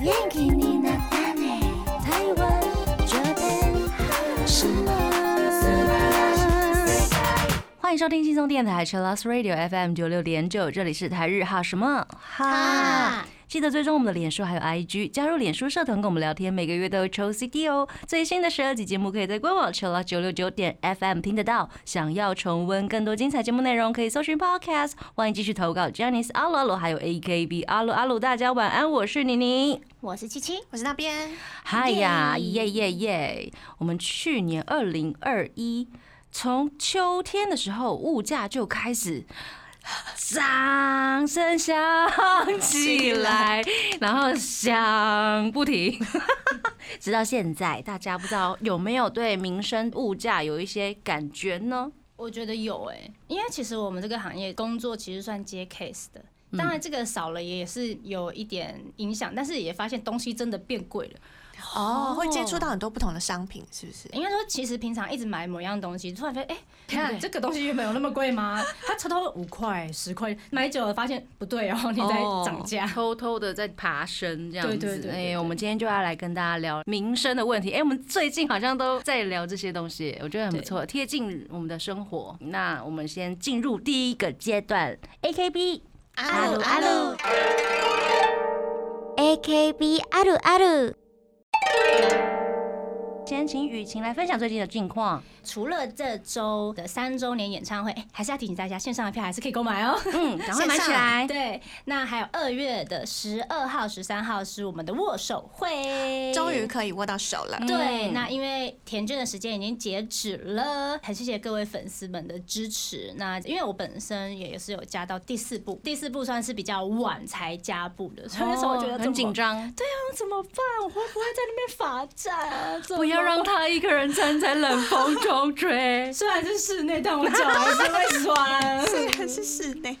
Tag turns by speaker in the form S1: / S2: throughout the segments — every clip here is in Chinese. S1: 元気になったね台湾这边什么？
S2: 欢迎收听轻松电台 c h i l l s Radio FM 九六点九，这里是台日哈什么哈
S1: 哈。
S2: 记得追踪我们的脸书还有 IG，加入脸书社团跟我们聊天，每个月都有抽 CD 哦。最新的十二集节目可以在官网 c h i l l 九六九点 FM 听得到。想要重温更多精彩节目内容，可以搜寻 Podcast。欢迎继续投稿 j a n i c e 阿鲁阿鲁还有 AKB 阿鲁阿鲁，大家晚安，我是妮妮。
S1: 我是七七，
S3: 我是那边，
S2: 嗨呀，耶耶耶！我们去年二零二一，从秋天的时候，物价就开始。掌声响起来，然后响不停，直到现在，大家不知道有没有对民生物价有一些感觉呢？
S4: 我觉得有诶、因为其实我们这个行业工作其实算接 case 的，当然这个少了也是有一点影响，但是也发现东西真的变贵了。
S3: 哦，会接触到很多不同的商品，是不是？
S4: 应该说，其实平常一直买某样东西，突然发现，哎、你看这个东西原本有那么贵吗？它差不多五块、十块，买久了发现不对哦，你在涨价。
S2: 偷偷的在爬升这样子。
S4: 对对对对
S2: 哎、
S4: 对
S2: 我们今天就要来跟大家聊民生的问题。哎、我们最近好像都在聊这些东西，我觉得很不错，贴近我们的生活。那我们先进入第一个阶段，AKB。
S1: 阿鲁阿
S3: 鲁
S1: 鲁，AKB 阿鲁阿鲁，
S2: 先请雨晴来分享最近的近 况。
S4: 除了这周的三周年演唱会，哎、还是要提醒大家，线上的票还是可以购 买哦。
S2: 嗯，赶快买起
S3: 线上
S2: 来。
S4: 对，那还有二月的十二号、十三号是我们的握手会，
S3: 终于。可以握到手了。
S4: 对，
S2: 嗯
S4: 那因为填卷的时间已经截止了，很谢谢各位粉丝们的支持。那因为我本身也是有加到第四部，第四部算是比较晚才加部的，所以那时候我觉得
S2: 哦
S4: 怎么啊
S2: 很紧，张，
S4: 怎么办？我会不会在那边罚站啊？怎么。
S2: 不要让他一个人站在冷风中追
S4: 虽然是室内，但我脚还是会酸。
S3: 虽 然是室内，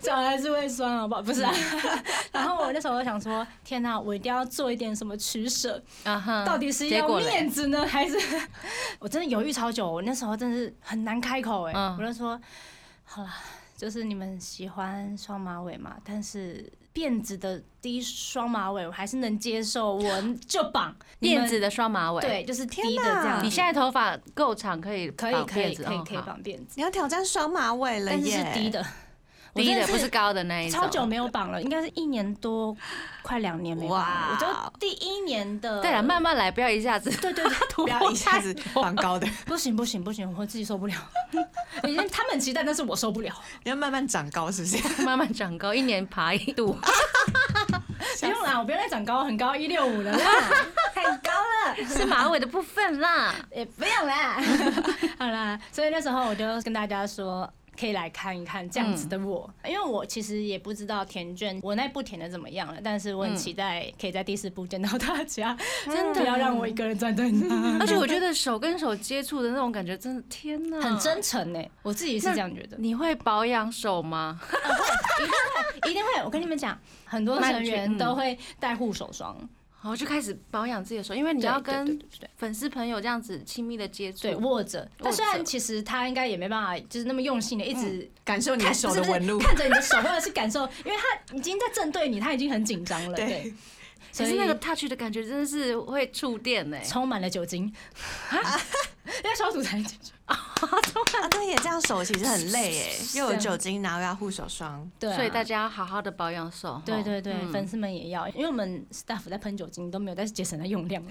S4: 脚还是会酸，好不好？不是、啊。 然后我那时候我想说，天哪、我一定要做一点什么取舍，
S2: 啊 哈
S4: 到底是
S2: 结
S4: 要
S2: 果嘞
S4: 面子呢，还是 我真的犹豫超久？我那时候真的是很难开口哎、
S2: 嗯
S4: 我就说，好啦，就是你们喜欢双马尾嘛，但是。辫子的低双马尾我还是能接受，我就绑你 们
S2: 辫子的双马尾。，
S4: 对，就是低的
S3: 天哪
S4: 这样。
S2: 你现在头发够长，可以
S4: 可以
S2: 绑
S4: 可以
S2: 辫子
S4: 可以
S2: 哦
S4: 可以
S2: 好
S4: 绑辫子，
S3: 你要挑战双马尾了
S4: 但是
S3: 耶！
S4: 是低的，我
S2: 低
S4: 真
S2: 的不是高的那一种。
S4: 超久没有绑了，应该是一年多，快两年没绑了。
S3: 哇
S4: 我就第一年的，
S2: 对了，啊慢慢来，不要一下子。
S4: 对对对，突
S3: 不要一下子绑高的，
S4: 不行不行不行，我自己受不了。 已经他们期待，但是我受不了。
S3: 你要慢慢长 高，是不是？
S2: 慢慢长高，一年爬一度。
S4: 不用啦，我不用再长高，很高一六五了啦，太高了，
S2: 是马尾的部分 啦。
S4: 也不用啦。 好啦，所以那时候我就跟大家说。可以来看一看这样子的我，因为我其实也不知道填卷我那部填的怎么样了，但是我很期待可以在第四部见到大家，真的不要让我一个人站在那。
S2: 而且我觉得手跟手接触的那种感觉，真的天哪，
S4: 很真。诚呢、欸我自己是这样 觉得，
S2: 你会保养手吗？
S4: 一定会。我跟你们讲，很多成员都会带护手霜，
S2: 我就开始保养自己的手，因为你
S4: 对
S2: 要
S4: 对
S2: 跟
S4: 对对对
S2: 粉丝朋友这样子亲密的接触。
S4: 对握着。但虽
S2: 握着
S4: 然其实他应该也没办法，就是那么用心的一直
S3: 感受你
S4: 嗯
S3: 的
S4: 看
S3: 手的
S4: 是不是
S3: 纹路，
S4: 看着你的手，或者是感受，因为他已经在正对你，他已经很紧张了，
S3: 对
S4: 对，所
S2: 可
S4: 以
S2: 是那个 touch 的感觉真的是会触电欸呢、
S4: 充满了酒精，要消毒才能进去。
S3: 啊，对耶，这样手其实很累耶，又有
S4: 这
S3: 酒
S4: 样
S3: 精，然后又要护手霜，
S4: 对啊，
S2: 所以大家要好好的保养手吼。
S4: 对对对，
S2: 嗯
S4: 粉丝们也要，因为我们 staff 在喷酒精都没有，但是节省了用 量，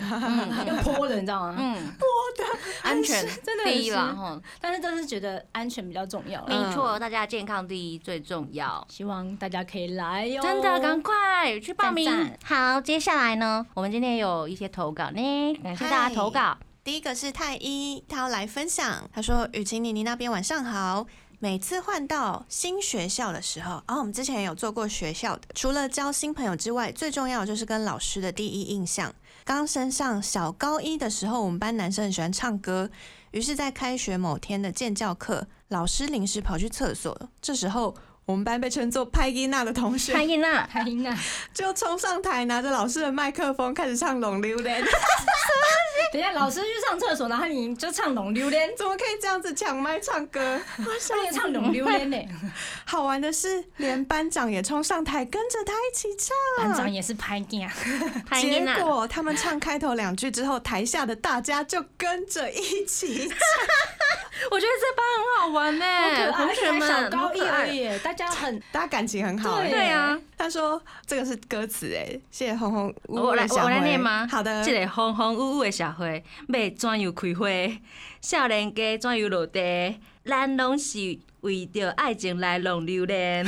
S4: 用泼的，你知道吗？
S2: 嗯，我的安 全
S4: 真的很
S2: 第一啦
S4: 湿
S2: 吼，嗯
S4: 但是就是觉得安全比较重要啦。
S2: 没错，大家健康第一最重要。
S4: 希望大家可以来哟、
S2: 真的，赶快去报名
S4: 赞赞。
S2: 好，接下来呢，我们今天有一些投稿呢，感谢大家投稿。
S3: 第一个是太一，他要来分享，他说：“雨晴妮妮那边晚上好。”每次换到新学校的时候，然、后我们之前有做过学校的，啊除了交新朋友之外，最重要的就是跟老师的第一印象。刚升上小高一的时候，我们班男生很喜欢唱歌，于是，在开学某天的建教课，老师临时跑去厕所，这时候我们班被称作派伊娜的同
S2: 潘
S3: 学
S2: 英娜，
S4: 开心啊！
S3: 就冲上台，拿着老师的麦克风开始唱《龙溜连》。
S4: 等一下老师去上厕所，然后你就唱《龙榴 莲》，
S3: 怎么可以这样子抢麦唱歌？
S4: 他也唱《龙榴莲》呢，
S3: 好玩的是，连班长也冲上台跟着他一起唱。
S2: 嗯
S4: 班长也是拍镜啊，
S2: 潘
S3: 结
S2: 英啊，
S3: 果他们唱开头两句之后，台下的大家就跟着一起 唱。
S2: 我觉得这班很好玩呢、
S4: 好可
S2: 哎同
S4: 爱
S2: 学
S4: 才
S2: 们
S4: 小高
S2: 很
S4: 一
S2: 可
S4: 而
S2: 爱
S4: 已耶，大家很
S3: 大家感情很好、
S4: 对
S3: 欸。
S2: 对啊，
S3: 他说这个是歌词哎、谢谢红红。
S2: 我来我来念吗？
S3: 好的，
S2: 这个风风雨雨的社会，要怎样开花？少年家怎样落地？咱拢是为着爱情来浪流连。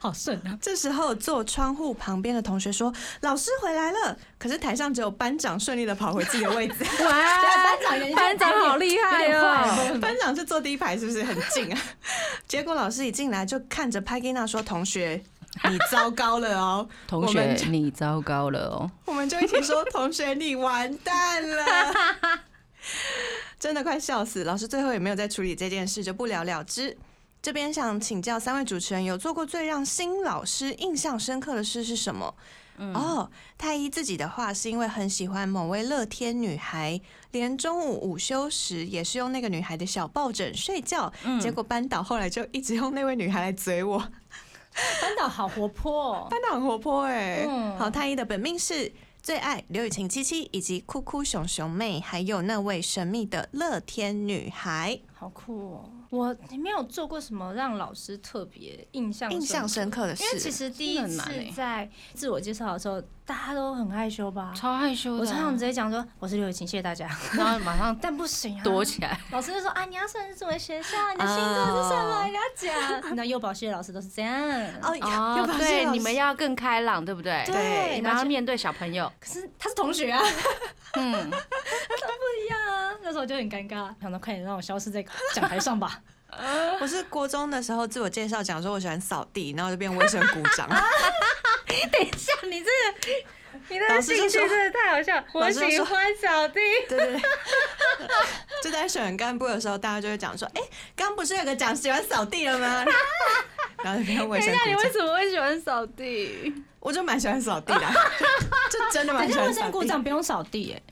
S4: 好顺 啊。
S3: 这时候坐窗户旁边的同学说：“老师回来了。”可是台上只有班长顺利的跑回自己的 位置。
S2: 哇，
S4: 长也
S2: 班长好厉害哦！
S3: 班长是坐第一排，是不是很近啊？ 结果老师一进来就看着派吉娜说：“同学，你糟糕了哦！”
S2: 同
S3: 我们
S2: 学
S3: 就，
S2: 你糟糕了哦！
S3: 我们就一起说：“同学，你完蛋了！” 真的快笑死。老师最后也没有再处理这件事，就不了了之。这边想请教三位主持人，有做过最让新老师印象深刻的事是什么？哦，太一自己的话是因为很喜欢某位乐天女孩，连中午午休时也是用那个女孩的小抱枕睡觉，结果班导后来就一直用那位女孩来嘴我，
S4: 班导好活泼哦，
S3: 班导很活泼哎、
S4: 嗯
S3: 好，太一的本命是最爱刘雨晴七七，以及酷酷熊熊妹，还有那位神秘的乐天女孩，
S4: 好酷哦！我没有做过什么让老师特别印象
S3: 印象
S4: 深
S3: 深
S4: 刻。
S3: 刻的
S4: 因为其
S3: 是。
S4: 实第一
S2: 真的
S4: 次
S2: 很难欸
S4: 在自我介绍的时候，大家都很害羞吧？
S2: 超害羞
S4: 我常常直
S2: 的，啊
S4: 接讲说我是刘雨晴，谢谢 大家，
S2: 然后马上
S4: 但不行啊，
S2: 躲起来。
S4: 老师就说啊，你要算是什么学校？你的星座是什么？你要讲。那幼保系的老师都是这样。
S3: 哦，
S2: 啊哦
S3: 又，发现
S2: 对，
S3: 老
S2: 你
S3: 师
S2: 们要更开朗，对不对？
S4: 对，
S2: 然
S4: 然
S2: 后
S4: 后
S2: 面对小朋友，
S4: 可是他是同学啊，
S2: 嗯，
S4: 对呀，啊那时候我就很尴尬，想到快点让我消失在讲台上吧。
S3: 我是国中的时候自我介绍讲说我喜欢扫地，然后就变卫生股 长。
S2: 啊像你这个，你
S3: 老师就说
S2: 的太好笑。
S3: 老师就说
S2: 欢扫地，
S3: 对对对，就在选干部的时候，大家就会讲说，哎、刚不是有个讲喜欢扫地 了吗？然后就变卫生股长。
S2: 什么会喜欢扫地？
S3: 我就蛮喜欢扫地的， 就就真的
S4: 等
S3: 蛮
S4: 一
S3: 喜
S4: 下卫
S3: 欢
S4: 生
S3: 扫
S4: 股
S3: 地。
S4: 长不用扫地哎，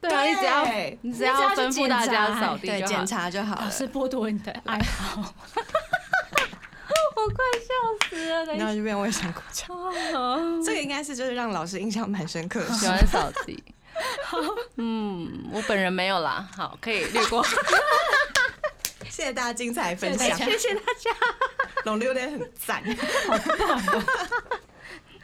S2: 对啊，
S3: 对
S2: 你只要你只要
S4: 你只要
S2: 吩咐
S4: 去检
S2: 大家
S4: 查
S2: 扫地
S3: 对，
S2: 就好
S3: 检。查就好了
S4: 老。师剥夺你 的爱哎好。
S2: 我快笑死了，等
S3: 然后就变卫生股长。
S2: 下。
S3: 这个应该是就是让老师印象蛮深刻的
S2: 喜
S3: 事。哦
S2: 欢扫地。嗯，我本人没有啦，好，可以略过。
S3: 谢谢大家精彩分享，
S2: 谢谢大家。
S3: 龙榴莲很赞。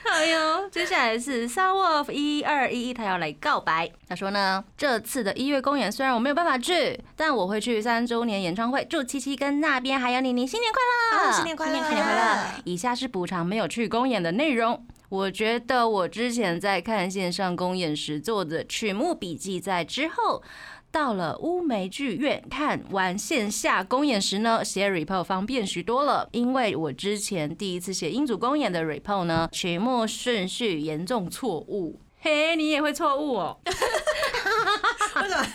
S2: 好哟，接下来是 s o u of 一二一一，他要来告白。他说呢，这次的一月公演虽然我没有办法去，但我会去三周年演唱会。祝七七跟那边还有妮妮新年快乐！
S3: 啊新年快乐
S2: 新年快乐！以下是补偿没有去公演的内容。我觉得我之前在看线上公演时做的曲目笔记，在之后到了乌梅剧院看完线下公演时呢，写 report 方便许多了。因为我之前第一次写英组公演的 report 呢，曲目顺序严重错误。嘿，你也会错误哦！
S3: 为什么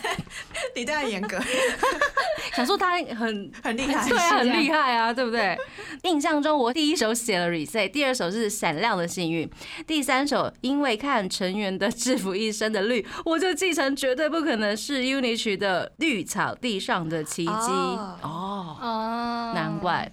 S3: 你对他严格，
S2: 想说他很
S3: 很厉害？
S2: 对啊，很厉
S3: 害。
S2: 害啊，对不对？印象中，我第一首写了《Reset》，第二首是《闪亮的幸运》，第三首因为看成员的制服一身的绿，我就继承绝对不可能是 UNI 曲的《绿草地上的奇迹》
S3: 哦
S2: 哦，
S4: 哦
S2: 难怪。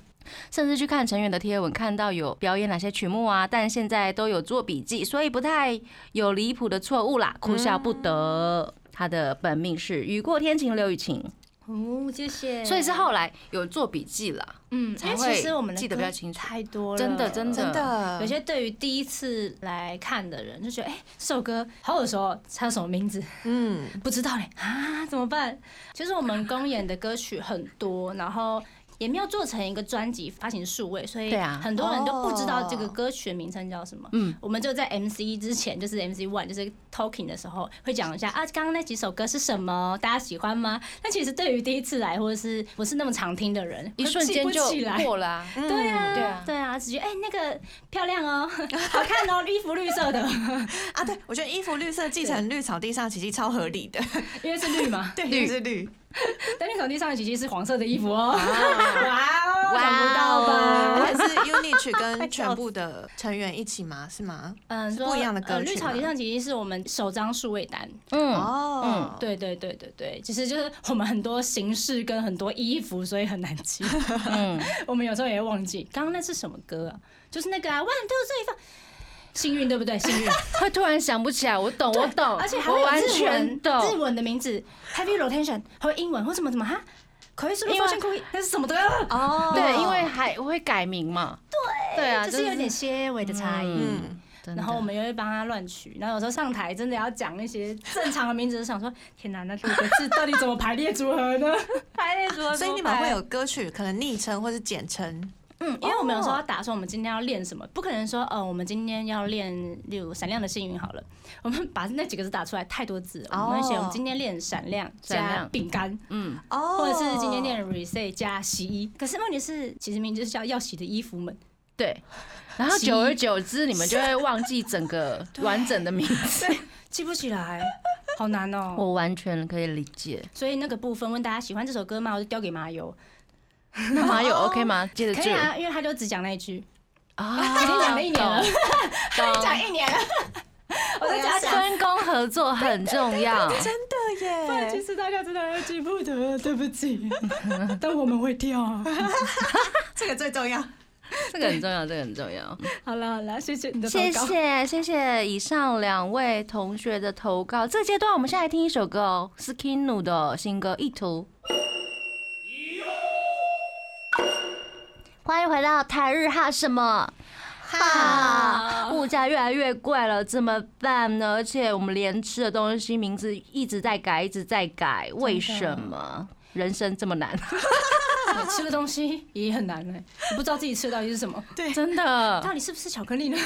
S2: 甚至去看成员的贴文，看到有表演哪些曲目啊，但现在都有做笔记，所以不太有离谱的错误啦，哭笑不得。
S4: 嗯
S2: 他的本命是雨过天晴，刘雨晴，
S4: 哦，谢谢。
S2: 所以是后来有做笔记啦。
S4: 嗯，因
S2: 才
S4: 为
S2: 会
S4: 其实我们的
S2: 记得比较清楚
S4: 歌太多了，
S2: 真的真
S3: 真的，
S2: 嗯
S4: 有些对于第一次来看的人就觉得，哎、这首歌好耳熟哦，它叫什么名字？
S3: 嗯，
S4: 不知道嘞啊，怎么办？其实我们公演的歌曲很多，然后也没有做成一个专辑发行数位，所以
S2: 对啊
S4: 很多人都不知道
S3: 哦
S4: 这个歌曲的名称叫什么。
S2: 嗯，
S4: 我们就在 MC 之前，就是 MC One，就是 Talking 的时候，会讲一下啊，刚刚那几首歌是什么，大家喜欢吗？但其实对于第一次来或者是不是那么常听的人，
S2: 一瞬间
S4: 会记
S2: 就
S4: 不起来
S2: 过了、啊。
S4: 对啊，
S2: 对啊
S4: 对啊，只觉得哎、那个漂亮哦， 好看哦，衣服绿色的，
S3: 啊，对，我觉得衣服绿色继承绿草地上奇迹超合理的，
S4: 因为是绿嘛。
S3: 对，
S2: 绿
S3: 就是绿，
S4: 但那场第上一集其实是黄色的衣服哦。
S2: 哇
S4: 哇哦，想不到
S2: 哇哦
S4: 吧？
S3: 哦还是 UNIT 跟全部的成员一起吗？是吗？
S4: 嗯，说
S3: 不一样的歌曲吗
S4: 呃绿草地上其实是我们首张数位单，
S2: 嗯，
S3: 哦，，
S4: 对对对对对，其实就是我们很多形式跟很多衣服，所以很难 记。
S2: 嗯，
S4: 我们有时候也会忘记，刚刚那是什么歌啊？就是那个啊，One Two Three Four，幸运对不对？幸运，
S2: 会突然想不起来，我懂，我懂，
S4: 而且还会
S2: 我
S4: 有
S2: 完
S4: 日文
S2: 全
S4: 日
S2: 懂。
S4: 文的名字 Heavy Rotation，还有英文或什么什么哈，可以是
S2: 因
S4: 因
S2: 为
S4: 为酷那是什么歌？
S3: 哦，
S2: 对，因为还会改名嘛。对，对啊，
S4: 这
S2: 就是
S4: 有点些微的差异。
S2: 嗯
S3: 嗯，
S2: 真的。
S4: 然后我们又会帮他乱取，然后有时候上台真的要讲一些正常的名字，就想说天哪，那六个字到底怎么排列组合 呢？排列组合
S3: 所
S4: 怎么排，
S3: 以你们会有歌曲可能昵称或是简称，
S4: 嗯，
S2: 哦
S4: 因为我们有时候要打算我们今天要练什么，不可能说呃我们今天要练例如闪亮的幸运好了，我们把那几个字打出来太多字了，
S3: 哦
S4: 我们会写我们今天练闪亮
S2: 闪
S4: 加
S2: 亮
S4: 饼干，
S2: 嗯，
S3: 哦，
S4: 或者是今天练 reset 加洗衣。可是问题是，其实明明就是叫要洗的衣服们，
S2: 对。然后
S4: 其
S2: 久而久之，你们就会忘记整个完整的名字。
S4: 记不起来，好难哦、
S2: 我完全可以理解。
S4: 所以那个部分问大家喜欢这首歌吗？我就丢给麻油，
S2: 那麻友 OK 吗？接着
S4: 可
S2: 这
S4: 以啊，因为他就只讲那一句，
S2: 啊，
S4: 已经讲了一年了
S2: 懂，懂。
S4: 一年了，我在家讲。
S2: 分工合作很重要。
S3: 对耶，
S4: 实大家真的记不得，对不起。但我们会 跳。
S3: 这个最重要。
S2: 这个很重要，这个很重要。
S4: 好了好了，谢谢 你的
S2: 谢
S4: 报告。
S2: 谢谢谢以上两位同学的投稿。这个阶段我们先来听一首歌哦，是 Kinu 的新歌《意图》。欢迎回到台日哈什么
S3: 哈，
S2: 哈？物价越来越贵了，怎么办呢？而且我们连吃的东西名字一直在改，一直在改，为什么人生这么 难？
S4: 吃的东西也很难哎、你不知道自己吃的到底是什么，
S2: 真 的，
S4: 到底是不是巧克力呢？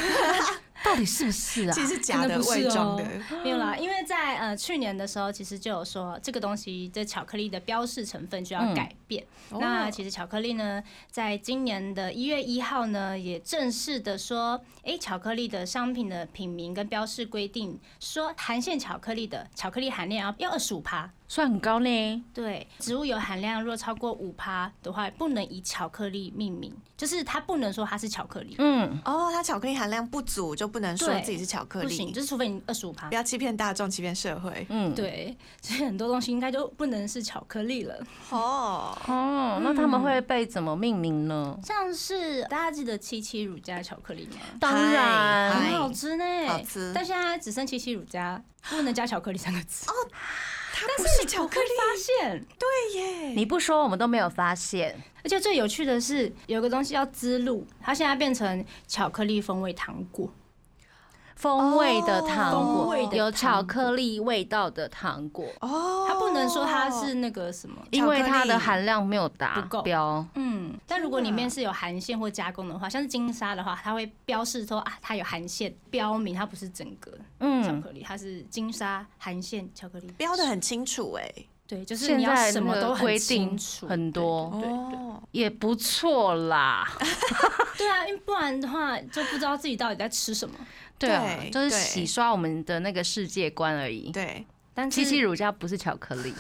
S2: 到底是不是啊
S3: 其？实是假
S4: 真
S3: 的
S4: 的不是
S3: 伪
S4: 哦
S3: 装的，
S4: 没有啦，因为在呃去年的时候，其实就有说这个东西这巧克力的标示成分就要
S3: 嗯
S4: 改变。那其实巧克力呢，在今年的一月一号呢，也正式的说，诶，巧克力的商品的品名跟标示规定说，含馅巧克力的巧克力含量要要二十五趴。
S2: 算很高呢。
S4: 对，植物油含量若超过五趴的话，不能以巧克力命名，就是它不能说它是巧克力，
S2: 嗯，
S3: 哦，它巧克力含量不足就不能说
S4: 对
S3: 自己是巧克
S4: 不行，
S3: 力，
S4: 就是除非你二十五趴
S3: 不。要欺骗大众，欺骗社会。
S2: 嗯，。
S4: 对， 所以很多东西应该就不能是巧克力了。
S3: 哦，
S2: 哦，那他们会被怎么命名呢？
S4: 像是大家记得七七乳加巧克力吗？
S2: 当
S3: 嗨
S2: 然，
S4: 很哎好吃呢，
S3: 好吃
S4: 但现在只剩七七乳加，不能加巧克力三个字。哦，
S3: 它不是巧克力
S4: 发现，
S3: 耶，
S2: 你不说我们都没有发现。
S4: 而且最有趣的是，有个东西叫滋露，它现在变成巧克力风味糖果。
S2: 风味的糖
S4: 哦风
S2: 果
S4: 味的糖，果
S2: 有巧克力味道的糖果，
S3: 哦，
S4: 它不能说它是那个什么。
S2: 因为它的含量没有达
S4: 不够
S2: 标。
S4: 嗯，但如果里面是有含线或加工的话，像是金沙的话，它会标示说啊，它有含线，标明它不是整个巧
S2: 嗯，
S4: 克力，它是金沙含线巧克力。
S3: 标的很清楚哎，
S4: 对，就是
S2: 现
S4: 你要
S2: 在
S4: 什么
S2: 那
S4: 都
S2: 个
S4: 很
S2: 规定
S4: 清楚，
S2: 很多，
S4: 对对对
S3: 哦
S2: 也不错啦。
S4: 对啊，因为不然的话就不知道自己到底在 吃什么。
S2: 对啊，
S3: 对
S2: 就是
S3: 对
S2: 洗刷我们的那个世界观而已。
S3: 对，
S4: 但
S2: 七
S4: 是
S2: 七乳加不是巧克力，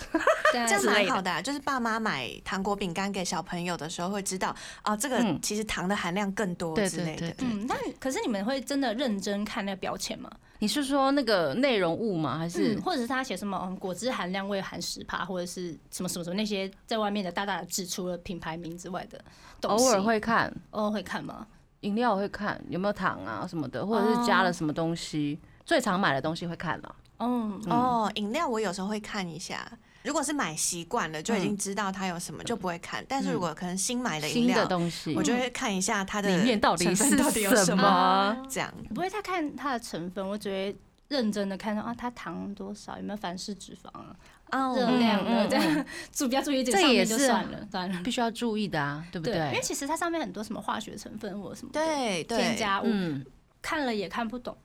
S4: 但
S3: 这样
S2: 之类
S3: 蛮
S2: 的
S3: 好的啊，就是爸妈买糖果饼干给小朋友的时候会知道，哦，这个
S2: 嗯
S3: 其实糖的含量更多
S2: 对
S3: 之类
S2: 对
S3: 的
S2: 对。
S4: 嗯，但可是你们会真的认真看那个标签吗？
S2: 你是说那个内容物吗？还是
S4: 嗯，或者是他写什么嗯果汁含量未含十帕，或者是什么什么什么那些在外面的大大的字，除了品牌名之外的东西，
S2: 偶尔会看？
S4: 偶尔会看吗？
S2: 饮料我会看有没有糖啊什么的，或者是加了什么东西。最常买的东西会看了、
S4: 嗯，
S3: 哦，饮料我有时候会看一下，如果是买习惯了，就已经知道它有什么，就不会看。但是如果可能新买的饮
S2: 新的
S3: 料，
S2: 东西，
S3: 我就会看一下它的
S2: 嗯里面到底
S3: 成
S2: 是
S3: 分到底有
S2: 什
S3: 什
S2: 么
S3: 么。
S2: 啊
S3: 这样
S4: 我不会太看它的成分，我只会认真的看到啊，它糖多少，有没有反式脂肪啊，热
S3: 哦，
S4: 量
S2: 嗯嗯
S4: 呢？这样 注比较注意这个
S2: 这
S4: 上
S2: 也啊
S4: 面就是算了，算了。
S2: 必须要注意的啊，对不
S4: 对，因为
S2: 对？
S4: 其实它上面很多什么化学成分或者什么的
S3: 对对，
S4: 添加物，
S2: 嗯，
S4: 看了也看不懂。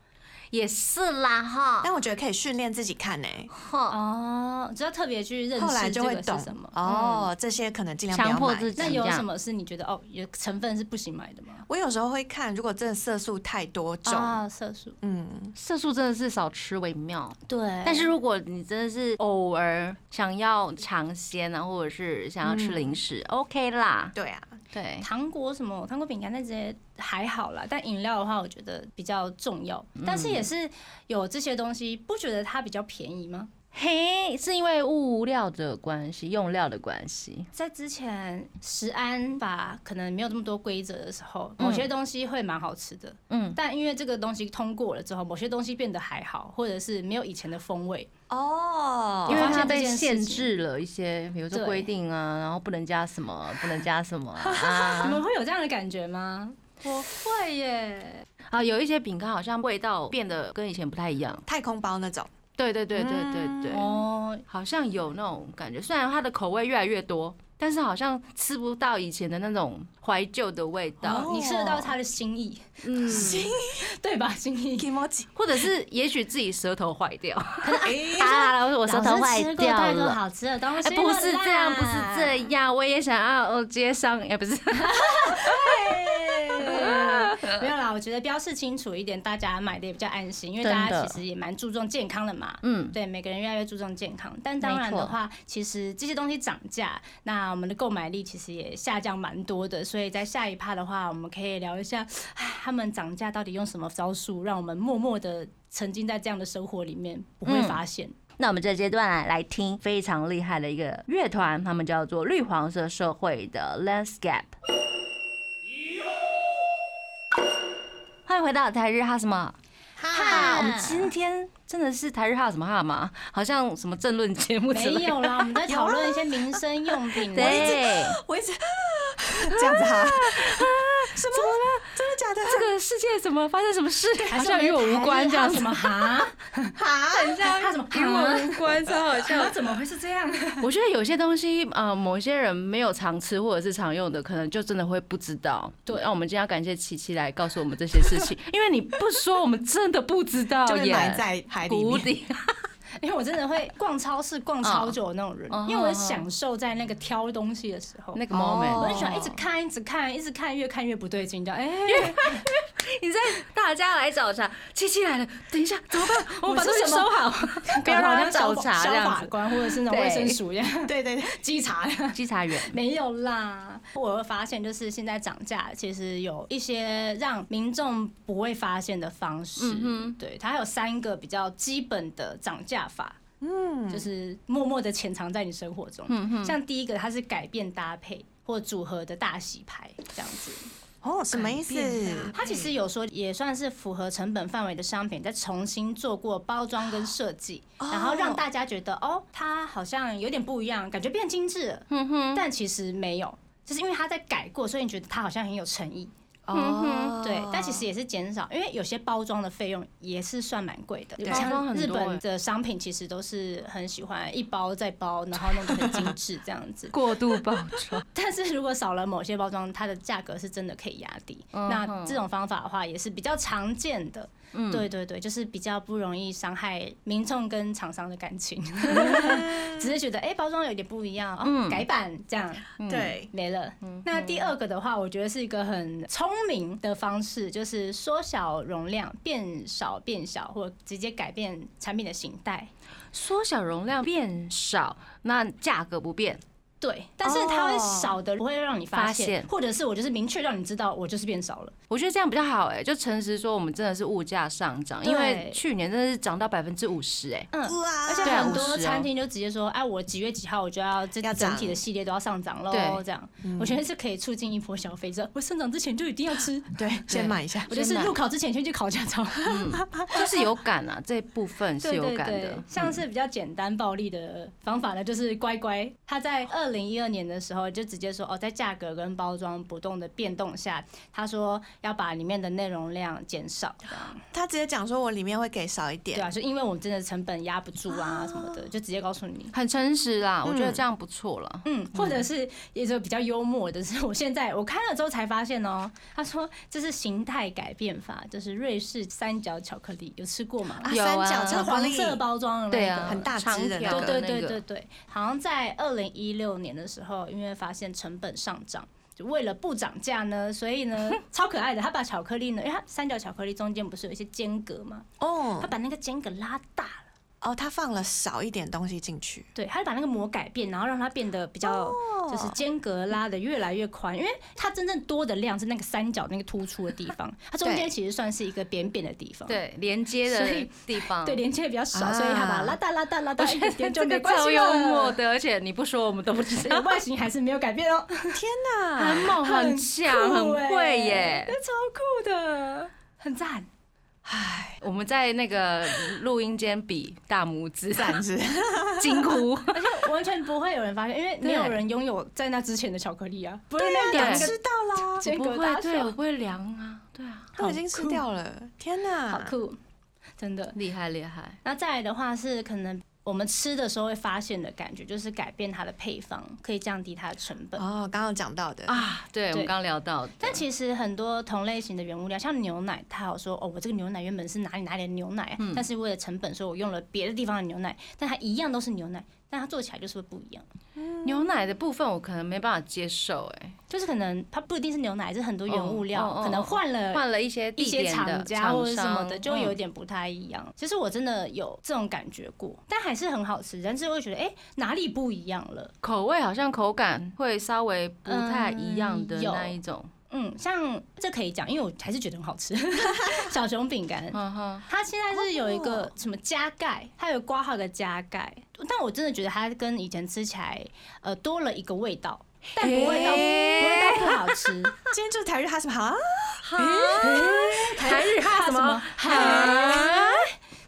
S2: 也是啦哈。
S3: 但我觉得可以训练自己看呢、欸
S2: 哈，
S4: 哦，只要特别去认
S3: 后来
S4: 识
S3: 就
S4: 这
S3: 会
S4: 个
S3: 懂
S4: 是什么。嗯
S3: 哦，这些可能尽量不
S2: 强
S3: 要
S2: 迫
S3: 买
S2: 自。己
S4: 那有
S2: 这样
S4: 什么是你觉得哦，有成分是不行买的吗？
S3: 我有时候会看，如果真的色素太多种，
S4: 啊，色素。
S3: 嗯，
S2: 色素真的是少吃为妙。
S4: 对，
S2: 但是如果你真的是偶尔想要尝鲜啊，或者是想要吃零食、o k 啦。
S3: 对啊，
S2: 嗯对，
S4: 糖果什么糖果饼干那些还好啦，但饮料的话，我觉得比较重要。但是
S3: 嗯
S4: 也是有这些东西，不觉得它比较便宜吗？
S2: 嘿，是因为物料的关系，用料的关系。
S4: 在之前食安法可能没有这么多规则的时候，
S2: 嗯
S4: 某些东西会蛮好吃的，
S2: 嗯，
S4: 但因为这个东西通过了之后，某些东西变得还好，或者是没有以前的风味。
S3: 哦，
S2: 因为
S4: 我发
S2: 它
S4: 现
S2: 被
S4: 这件事
S2: 限
S4: 情
S2: 制了一些，比如说
S4: 对
S2: 规定啊，然后不能加什么，不能加什么 啊啊
S4: 你们会有这样的感觉吗？我会耶，
S2: 啊，有一些饼干好像味道变得跟以前不太一样。
S3: 太空包那 种，
S2: 对对对对对对，
S4: 哦，
S2: 好像有那种感觉。虽然它的口味越来越多，但是好像吃不到以前的那种怀旧的味道。
S4: 哦你吃得到它的心意，
S2: 嗯，
S4: 对吧？心意
S3: k i m o j i
S2: 或者是也许自己舌头坏 掉，啊，我舌头坏
S4: 老师吃过
S2: 掉
S4: 太多
S2: 了。
S4: 好吃的东西
S2: 哎，
S4: 了啦、
S2: 不是这样，不是这样，我也想要哦接上，哎，不是，
S4: 对没有啦，我觉得标示清楚一点，大家买的也比较安心，因为大
S2: 真
S4: 家
S2: 的
S4: 其实也蛮注重健康的嘛。
S2: 嗯，
S4: 对，每个人越来越注重健康，但当然的话，其实这些东西涨价，那我们的购买力其实也下降蛮多的。所以在下一趴的话，我们可以聊一下，唉，他们涨价到底用什么招数，让我们默默的沉浸在这样的生活里面，不会
S2: 嗯
S4: 发现。
S2: 那我们这阶段来来听非常厉害的一个乐团，他们叫做绿黄色社会的 Landscape。欢迎回到台日哈什么哈？我们今天真的是台日哈什么哈吗？好像什么政论节目之类的
S4: 没有啦，我们在讨论一些民生用 品。
S2: 对，
S3: 我一直 这样子 哈，什么？真的假的？
S2: 这个世界怎么发生什么事，
S4: 还
S2: 好
S4: 是
S2: 像
S4: 我们
S2: 与我无关这样
S4: 还
S2: 子
S4: 是。他什么哈？
S3: 哈，很像
S4: 他怎么
S2: 与我无关，超好笑。
S4: 怎么会是这样？
S2: 我觉得有些东西，呃，某些人没有常吃或者是常用的，可能就真的会不知道。
S4: 对
S2: 那我们今天要感谢琪琪来告诉我们这些事 情，因为你不说，我们真的不知道
S3: 就被埋
S2: 耶。
S3: 在海里
S2: 哦谷
S3: 面。
S2: 底，
S4: 因为我真的会逛超市逛超久的那种人
S2: 嗯，
S4: 因为我很享受在那个挑东西的时候，
S2: 那个
S4: 我
S2: moment，
S4: 很喜欢一直看一直看一直看，越看越不对劲，这样哎，
S2: 你在大家来找茬，琪琪来了，等一下怎么办？我们把东
S4: 我是
S2: 西
S4: 什么
S2: 收 好， 不要让他找茬
S4: 消
S2: 这样
S4: 法
S2: 子。
S4: 官或者是那种卫生署一样
S3: 对对对，
S4: 稽查。
S2: 稽查员，
S4: 没有啦，我会发现就是现在涨价，其实有一些让民众不会发现的方式。
S2: 嗯
S4: 对，它有三个比较基本的涨价法。嗯，就是默默的潜藏在你生活中。嗯像第一个，它是改变搭配或组合的大洗牌这样子。
S3: 哦，什么意思？
S4: 它其实有说也算是符合成本范围的商品，再重新做过包装跟设计，
S2: 哦
S4: 然后让大家觉得哦，它好像有点不一样，感觉变精致了。
S2: 哼嗯哼，
S4: 但其实没有，就是因为他在改过，所以你觉得他好像很有诚意。
S3: 哦，
S4: 嗯对，但其实也是减少，因为有些包装的费用也是算蛮贵的。
S3: 对
S2: 包装
S4: 像
S2: 很多
S4: 日
S2: 欸。
S4: 本的商品其实都是很喜欢一包再包，然后弄得很精致这样子
S2: 过度包装，
S4: 但是如果少了某些包装，它的价格是真的可以压低。
S2: 嗯
S4: 那这种方法的话，也是比较常见的。
S2: 嗯
S4: 对对对，就是比较不容易伤害民众跟厂商的 感情，只是觉得哎、诶包装有点不一样，哦
S2: 嗯，哎
S4: 改版这样。
S3: 对，
S4: 没了。那第二个的话，我觉得是一个很聪明的方式，就是缩小容量，变少变小，或直接改变产品的形态。
S2: 缩小容量变少，那价格不变，
S4: 对，但是它会
S3: 哦
S4: 少的不会让你
S2: 发
S4: 发
S2: 现
S4: 现，或者是我就是明确让你知道我就是变少了。
S2: 我觉得这样比较好哎、就诚实说我们真的是物价上涨，因为
S4: 对
S2: 去年真的是涨到百分之五十 哎，
S4: 嗯，
S3: 哇，
S4: 而且
S2: 对啊
S4: 很
S2: 50
S4: 多
S2: 哦
S4: 餐厅就直接说，哎，我几月几号我就要这
S3: 要
S4: 整
S3: 涨嗯
S4: 体的系列都要上涨喽
S2: 对，
S4: 这样我觉得是可以促进一波消费者，我上涨之前就一定要 吃，
S3: 对，先买一下。
S4: 我就是
S2: 真的
S4: 入考之前先去考驾照。
S2: 嗯就是有感啊，这一部 分是
S4: 对
S2: 有
S4: 对
S2: 感
S4: 对
S2: 的，，嗯
S4: 像是比较简单暴力的方法呢，就是乖乖，他在二二零一二年的时候就直接说哦，在价格跟包装不动的变动下，他说要把里面的内容量减少，这样
S3: 他直接讲说我里面会给少一点，
S4: 对啊，就因为我们真的成本压不住啊什么的，就直接告诉你。
S2: 很诚实啦，我觉得
S3: 嗯
S2: 这样不错了。
S4: 嗯，或者是也就比较幽默的是，我 现在我看了之后才发现哦、他说这是形态改变法，就是瑞士三角巧克力，有吃过吗？
S3: 啊，
S2: 有
S3: 三
S2: 啊
S3: 角
S4: 是
S3: 巧克
S4: 黄
S3: 力，
S4: 色包装的那个，
S2: 对啊，
S3: 很大
S2: 长
S3: 只的那
S2: 条
S3: 个
S2: 的
S4: 对对
S2: 那
S4: 对
S2: 个，
S4: 对，好像在二零一六年的时候，因为发现成本上涨。就为了不涨价呢，所以 呢，超可爱的，他把巧克力呢，因为它三角巧克力中间不是有一些间隔嘛，他
S3: 哦
S4: 把那个间隔拉大了，
S3: 哦，他放了少一点东西进去，
S4: 对，他把那个膜改变，然后让它变得比较，
S2: 哦
S4: 就是间隔拉的越来越宽，因为它真正多的量是那个三角那个突出的地方，它中间
S3: 对
S4: 其实算是一个扁扁的地方，
S2: 对连接
S4: 所
S2: 的
S4: 以
S2: 地方。
S4: 对，连接比较少，
S3: 啊
S4: 所以他把它拉大拉大拉大一点点就
S2: 这
S4: 没
S2: 个
S4: 关
S2: 超
S4: 系
S2: 幽默
S4: 了，
S2: 的，而且你不说我们都不知
S4: 所
S2: 道
S4: 以。外形还是没有改变哦。
S3: 天哪，
S2: 很猛、很强、很
S4: 酷欸
S2: 会耶！
S4: 那超酷的，很赞。
S3: 唉，
S2: 我们在那个录音间比大拇指，
S3: 暂时 啊
S2: 惊呼。
S4: 而且 完全不会有人发现，因为没有
S2: 对
S4: 人拥有在那之前的巧克力啊，不会那
S2: 对
S4: 两
S2: 对
S4: 个
S3: 知道啦，
S4: 间
S2: 我
S4: 隔
S2: 不
S4: 大
S2: 会，对，我
S4: 小，
S2: 不会量啊，对啊，
S3: 啊我已经吃掉了，天哪，
S4: 好酷，真的。
S2: 厉害厉害。
S4: 那再来的话是可能。我们吃的时候会发现的感觉，就是改变它的配方，可以降低它的成本。
S3: 哦，刚刚讲到的
S2: 啊，对，我们刚刚聊到的，
S4: 但其实很多同类型的原物料，像牛奶，它有说哦，我这个牛奶原本是哪里哪里的牛奶，啊
S2: 嗯
S4: 但是为了成本，所以我用了别的地方的牛奶，但它一样都是牛奶，但它做起来就是会不一样。
S2: 牛奶的部分我可能没办法接受，哎，
S4: 就是可能它不一定是牛奶，是很多原物料，
S2: 哦哦哦
S4: 可能换了。
S2: 换了一些
S4: 一
S2: 地
S4: 些
S2: 点
S4: 厂嗯
S2: 的
S4: 家或者什么
S2: 商嗯
S4: 的，就有点不太一样。其实我真的有这种感觉过，但还是很好吃。但是会觉得，哎、哪里不一样了？
S2: 嗯口味好像口感会稍微不太一样的
S4: 嗯有
S2: 那一种，
S4: 嗯，像这可以讲，因为我还是觉得很好吃。小熊饼干，
S2: 嗯哼，
S4: 它现在是有一
S3: 哦
S4: 个什么加盖，它有挂号的加盖，但我真的觉得它跟以前吃起来，呃，多了一个味道，但不会到、不会到不好吃。
S3: 今天就是台日哈什么啊？
S2: 台日哈什么
S4: 哈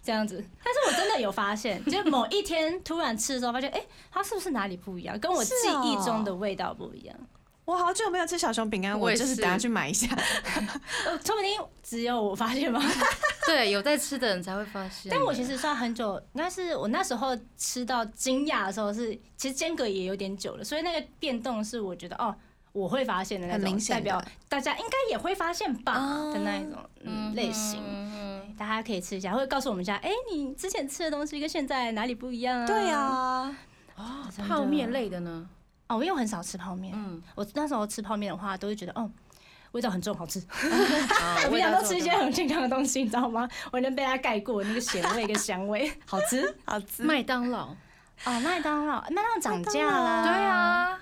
S4: 这样子。但是我真的有发现，就是某一天突然吃的时候，发现哎、诶它是不是哪里不一样，跟我
S3: 是
S4: 记
S3: 哦
S4: 忆中的味道不一样。
S3: 我好久没有吃小熊饼干，
S2: 我
S3: 我
S2: 也
S3: 就是
S2: 是
S3: 等下去买一下。
S4: 呃，说不定只有我发现吗？
S2: 对，有在吃的人才会发现。
S4: 但我其实算很久，应该是我那时候吃到惊讶的时候是，其实间隔也有点久了，所以那个变动是我觉得哦。我会发现的那
S3: 很
S4: 种
S3: 明，显
S4: 代
S3: 的
S4: 表大家应该也会发现吧
S3: 啊
S4: 的那一种嗯类型，大家可以吃一下，会告诉我们一下，哎，你之前吃的东西跟现在哪里不一样啊？
S3: 对啊，
S2: 哦泡面类的呢，
S4: 哦，因为我很少吃泡面，
S2: 嗯，
S4: 我那时候吃泡面的话，都会觉得，哦， 味道很重，好吃。我
S2: 啊我
S4: 平常都吃一些
S2: 道
S4: 很健康的东西，你知道吗？我能被它盖过那个咸味跟香味， 好吃。
S3: 好吃。
S2: 麦当劳，
S4: 哦，麦当劳，麦当劳涨价啦。
S2: 对，啊，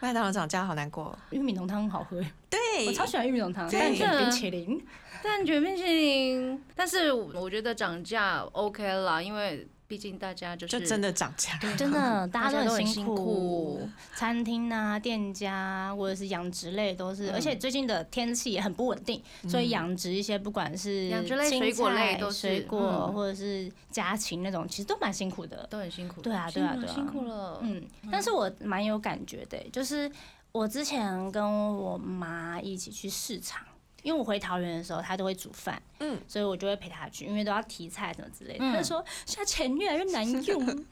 S3: 麦当劳涨价好难过。哦
S4: 玉米浓汤很好喝，
S3: 对
S4: 我超喜欢玉米浓汤，
S3: 对
S4: 蛋卷冰淇淋。
S2: 但卷冰淇淋，但是我我觉得涨价 OK 啦，因为毕竟大家就是
S3: 就真的涨价。
S4: 真的，大家
S2: 大家
S4: 都
S2: 都
S4: 很
S2: 很
S4: 辛
S2: 辛
S4: 苦
S2: 苦，
S4: 餐厅啊、店家或者是养殖类都是，而且最近的天气也很不稳定，所以养殖一些不管是
S2: 养殖类
S4: 青
S2: 水果类
S4: 菜
S2: 都是
S4: 水果
S2: 嗯
S4: 或者是家禽那种，其实都蛮辛苦的。
S2: 都很辛苦。
S4: 对啊对啊对啊
S2: 辛苦了。
S4: 嗯，但是我蛮有感觉的、就是我之前跟我妈一起去市场。因为我回桃园的时候，她都会煮饭，嗯
S3: 嗯，
S4: 所以我就会陪她去，因为都要提菜什么之类的。
S2: 嗯
S4: 她就说现在钱越来越难用，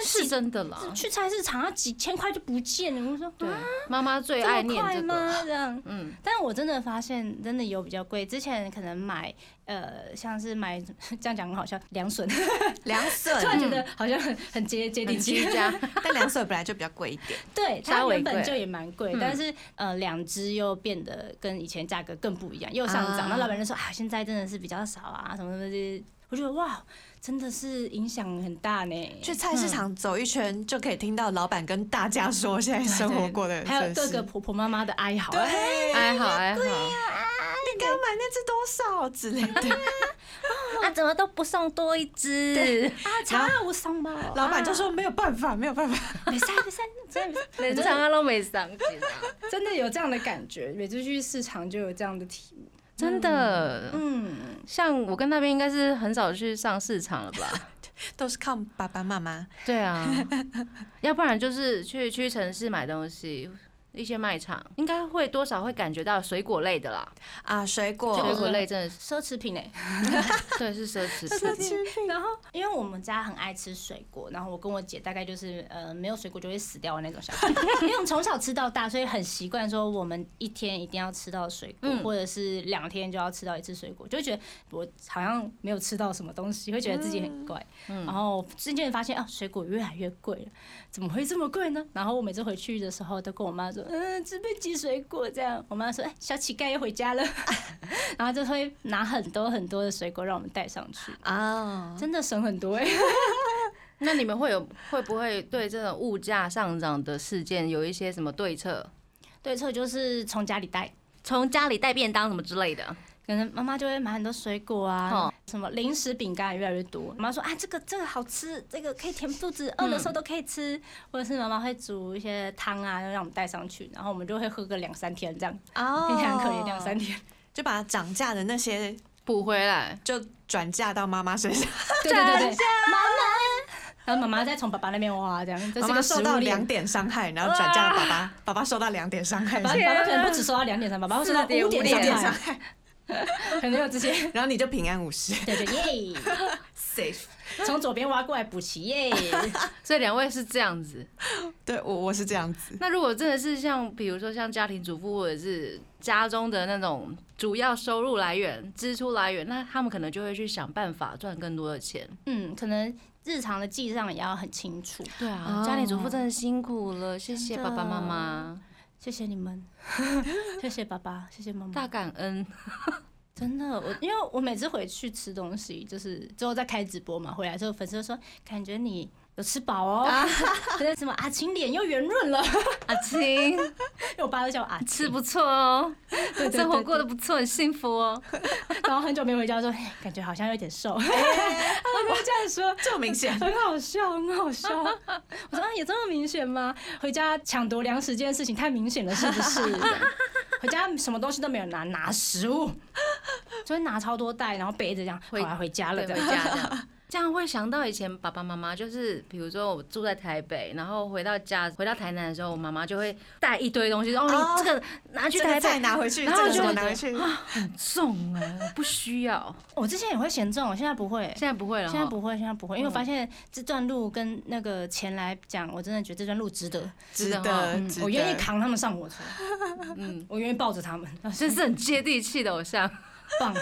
S2: 是真的啦。
S4: 去菜市场要几千块就不见了。我说
S2: 对
S4: 啊，，
S2: 妈妈最爱
S4: 这么
S2: 念
S4: 快
S2: 这个。
S4: 吗？这样，
S2: 嗯，
S4: 但我真的发现真的有比较贵，之前可能买呃像是买 这样讲很好笑，凉笋，突
S3: 凉
S4: 然
S3: 笋，
S4: 觉得好像很很接接地
S2: 嗯很
S4: 气
S2: 居。家，
S3: 但凉笋本来就比较贵一点。
S4: 对，它
S2: 稍微
S4: 原本
S2: 贵
S4: 就也蛮贵，
S2: 嗯
S4: 但是呃，两只又变得跟以前价格更不一样，又上涨。
S3: 啊
S4: 那老板就说啊，现在真的是比较少啊，什么什么的。我觉得哇，真的是影响很大呢。
S3: 去菜市场走一圈，就可以听到老板跟大家说现在生活过的，
S4: 啊还有各个婆婆妈妈的哀嚎。
S3: 对，啊你
S2: 哎好哎好，
S3: 刚买那只多少之类的，
S2: 啊怎么都不送多一只，
S4: 啊，差我上吧。
S3: 老板就
S4: 啊
S3: 说没有办法，没有办法。
S4: 没事没事，真的没
S2: 连
S4: 事
S2: 上啊都没上去啊，
S4: 真的有这样的感觉，每次去市场就有这样的体悟。
S2: 真的。
S4: 嗯，
S2: 像我跟那边应该是很少去上市场了吧？
S3: 都是靠爸爸妈妈。
S2: 对啊，要不然就是去去城市买东西，一些卖场应该会多少会感觉到水果类的啦，
S3: 啊，水果，
S2: 水果类真的是
S4: 奢侈品
S3: 欸
S4: 哎、
S2: 对是奢 侈品，
S4: 然后因为我们家很爱吃水果，然后我跟我姐大概就是呃没有水果就会死掉的那种小孩，因为我们从小吃到大，所以很习惯说我们一天一定要吃到水果，
S2: 嗯
S4: 或者是两天就要吃到一次水果，就会觉得我好像没有吃到什么东西，会觉得自己很怪。然后渐渐地发现啊，水果越来越贵了，怎么会这么贵呢？然后我每次回去的时候都跟我妈说，嗯，这边寄水果这样，我妈说，哎、小乞丐又回家了， 然后就会拿很多很多的水果让我们带上去。
S3: 啊，
S4: 真的省很多 哎、
S2: 那你们会有会不会对这种物价上涨的事件有一些什么对策？
S4: 对错就是从家里带，
S2: 从家里带便当什么之类的，
S4: 可能妈妈就会买很多水果啊
S2: 哦，
S4: 什么零食饼干也越来越多。妈妈说啊，这个这个好吃，这个可以填肚子，
S3: 嗯
S4: 饿的时候都可以吃。或者是妈妈会煮一些汤啊，让我们带上去，然后我们就会喝个两三天这样，
S3: 哦
S4: 非常可怜两三 天。
S3: 就把涨价的那些
S2: 补回来。
S3: 就转嫁到妈妈身上，
S4: 对对对对，妈妈。然后妈妈再从爸爸那边挖，这样这
S3: 妈
S4: 是
S3: 妈
S4: 个
S3: 受
S4: 食
S3: 到
S4: 物
S3: 两
S4: 链。
S3: 点伤害，然后转嫁到爸爸，爸爸受到两点伤害
S4: 爸，爸爸爸可
S3: 啊
S4: 能不止收到两点三，爸爸会收到五
S2: 4.5
S4: 点
S2: 点
S4: 三
S3: 伤
S4: 吧，
S3: 害，
S4: 可能有这些。
S3: 然后你就平安无事
S4: 对对耶，
S3: ，safe。
S4: 从左边挖过来补齐耶。
S2: 所以两位是这样子。
S3: 对我我是这样子，
S2: 那如果真的是像比如说像家庭主妇或者是家中的那种主要收入来源、支出来源，那他们可能就会去想办法赚更多的钱。
S4: 嗯，可能日常的记账也要很清楚。
S2: 对啊，家庭主妇真的辛苦了，谢谢爸爸妈妈，
S4: 谢谢你们，谢谢爸爸，谢谢妈
S2: 大
S4: 妈。
S2: 感恩。
S4: 真的，我因为我每次回去吃东西，就是之后再开直播嘛，回来之后粉丝就说，感觉你有吃饱哦， 可是什么啊阿青脸又圆润了，
S2: 阿青
S4: 因为我爸都叫我阿 啊
S2: 吃
S4: 青，
S2: 不错哦，
S4: 对对
S2: 生活
S4: 对
S2: 过得不错，很幸福哦。
S4: 然后很久没回家说，哎感觉好像有点瘦，他们 都这样说。
S3: 这么明显，
S4: 很好笑，很好笑。我说啊，有这么明显吗？回家抢夺粮食这件事情太明显了，是不是？ 回家什么东西都没有拿，拿食物，就会拿超多袋，然后背着这样，回
S2: 回
S4: 来回家了
S2: 对
S4: 这
S2: 回
S4: 样。
S2: 家这 样。这样会想到以前爸爸妈妈，就是比如说我住在台北，然后回到家回到台南的时候，我妈妈就会带一堆东西，说
S3: 哦
S2: 哦，你这个拿去
S3: 这
S2: 台
S3: 个
S2: 北
S3: 菜拿回去，这
S2: 然后
S3: 个什
S2: 就
S3: 么拿回去，
S2: 很重哎，我不需要。
S4: 我之前也会嫌重，我现在不会、
S2: 现在不会了，
S4: 现在，不会，现在不会，因为我
S2: 嗯
S4: 发现这段路跟那个钱来讲，我真的觉得这段路值得，
S3: 值
S2: 真的哦
S3: 得
S2: 嗯，
S3: 值得
S4: 我愿 意扛他们上火车，
S2: 嗯，
S4: 我愿意抱着他们，
S2: 真是很接地气的偶 像，
S4: 棒。